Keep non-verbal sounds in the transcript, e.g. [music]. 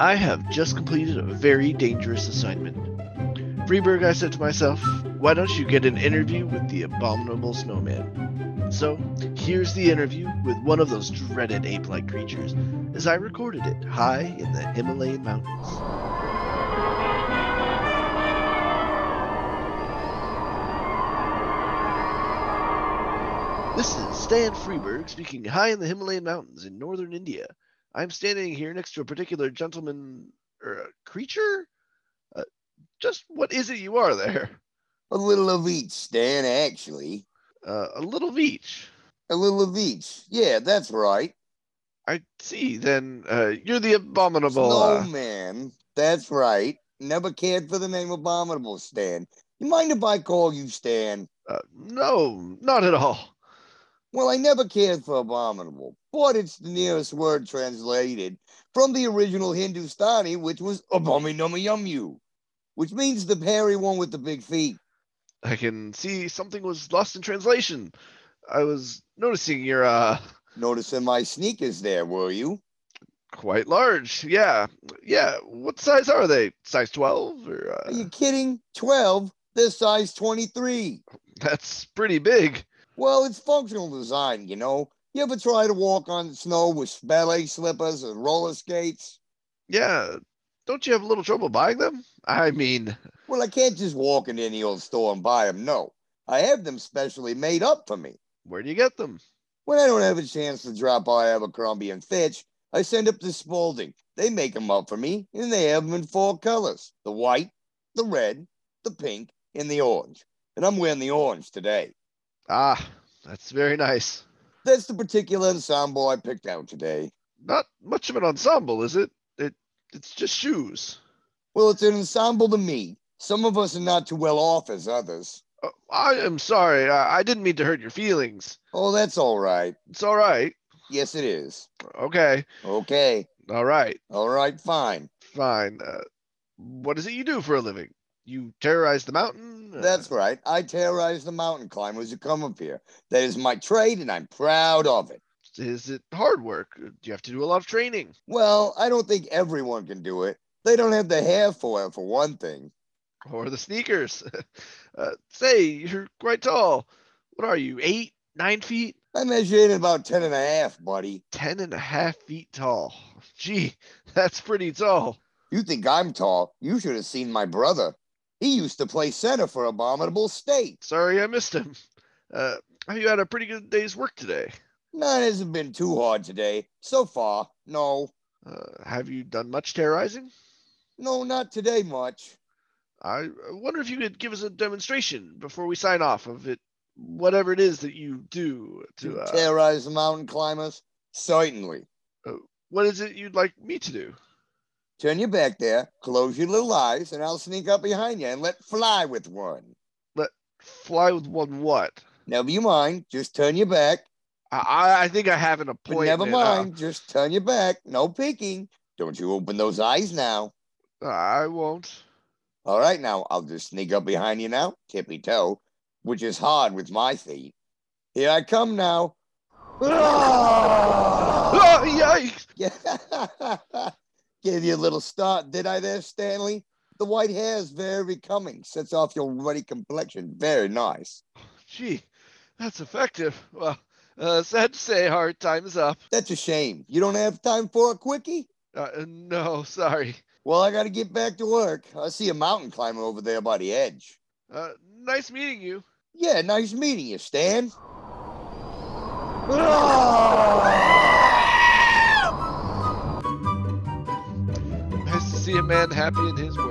I have just completed a very dangerous assignment. Freeberg, I said to myself, why don't you get an interview with the abominable snowman? So, here's the interview with one of those dreaded ape like creatures, as I recorded it high in the Himalayan mountains. This is Stan Freeberg speaking high in the Himalayan mountains in northern India. I'm standing here next to a particular gentleman or a creature. Uh, just what is it you are there? A little of each, Stan, actually. Uh, a little of each. A little of each. Yeah, that's right. I see. Then uh, you're the abominable. uh, Snowman. That's right. Never cared for the name Abominable, Stan. You mind if I call you Stan? no, uh, not at all. Well, I never cared for abominable, but it's the nearest word translated from the original Hindustani, which was abominamayumyu, which means the hairy one with the big feet. I can see something was lost in translation. I was noticing your uh Noticing my sneakers there, were you? quite large. Yeah. Yeah. What size are they? Size 12 or Are uh, you kidding? 12, this size 23. that's pretty big. Well, it's functional design, you know. You ever try to walk on snow with ballet slippers or roller skates? Yeah. Don't you have a little trouble buying them? I mean, Well, I can't just walk into any old store and buy them. No, I have them specially made up for me. where do you get them? When I don't have a chance to drop by Abercrombie and Fitch, I send up to Spalding. They make them up for me, and they have them in four colors: the white, the red, the pink, and the orange. And I'm wearing the orange today. Ah, that's very nice. That's the particular ensemble I picked out today. Not much of an ensemble, is it? It it's just shoes. Well, it's an ensemble to me. Some of us are not too well off as others. Oh, I am sorry. I, I didn't mean to hurt your feelings. Oh, that's all right. It's all right. Yes, it is. Okay. Okay. All right. All right. Fine. Fine. Uh, what is it you do for a living? You terrorize the mountain? Uh, That's right. I terrorize the mountain climbers who come up here. That is my trade, and I'm proud of it. is it hard work? Uh, Do you have to do a lot of training? Well, I don't think everyone can do it. They don't have the hair for it, for one thing. Or the sneakers? [laughs] uh, say, you're quite tall. What are you, eight, nine feet? I measure in about ten and a half, buddy. Ten and a half feet tall. Gee, [laughs] that's pretty tall. You think I'm tall? You should have seen my brother. He used to play center for Abominable State. Sorry I missed him. Uh, have you had a pretty good day's work today? None hasn't been too hard today. So far, no. Uh, have you done much terrorizing? No, not today much. I uh, wonder if you could give us a demonstration before we sign off of it, whatever it is that you do to. Uh, Terrorize the mountain climbers? Certainly. what is it you'd like me to do? Turn your back there, close your little eyes, and I'll sneak up behind you and let fly with one. Fly with one what? Never you mind, just turn your back. I- I, I think I have an But appointment. never uh, mind, just turn your back. No peeking. Don't you open those eyes now. Uh, I won't. All right, now I'll just sneak up behind you now, tippy toe, which is hard with my feet. Here I come [laughs] now. Ah! Ah, yikes! Yeah. [laughs] Gave you a little start, did I there, Stanley? The white hair is very becoming, sets off your ruddy complexion. Very nice. Gee, that's effective. Well, uh, sad to say, our time is up. That's a shame. You don't have time for a quickie? Uh, no, sorry. Well, I got to get back to work. I see a mountain climber over there by the edge. Uh, nice meeting you. Yeah, nice meeting you, Stan. [laughs] Ah! Nice to see a man happy in his work.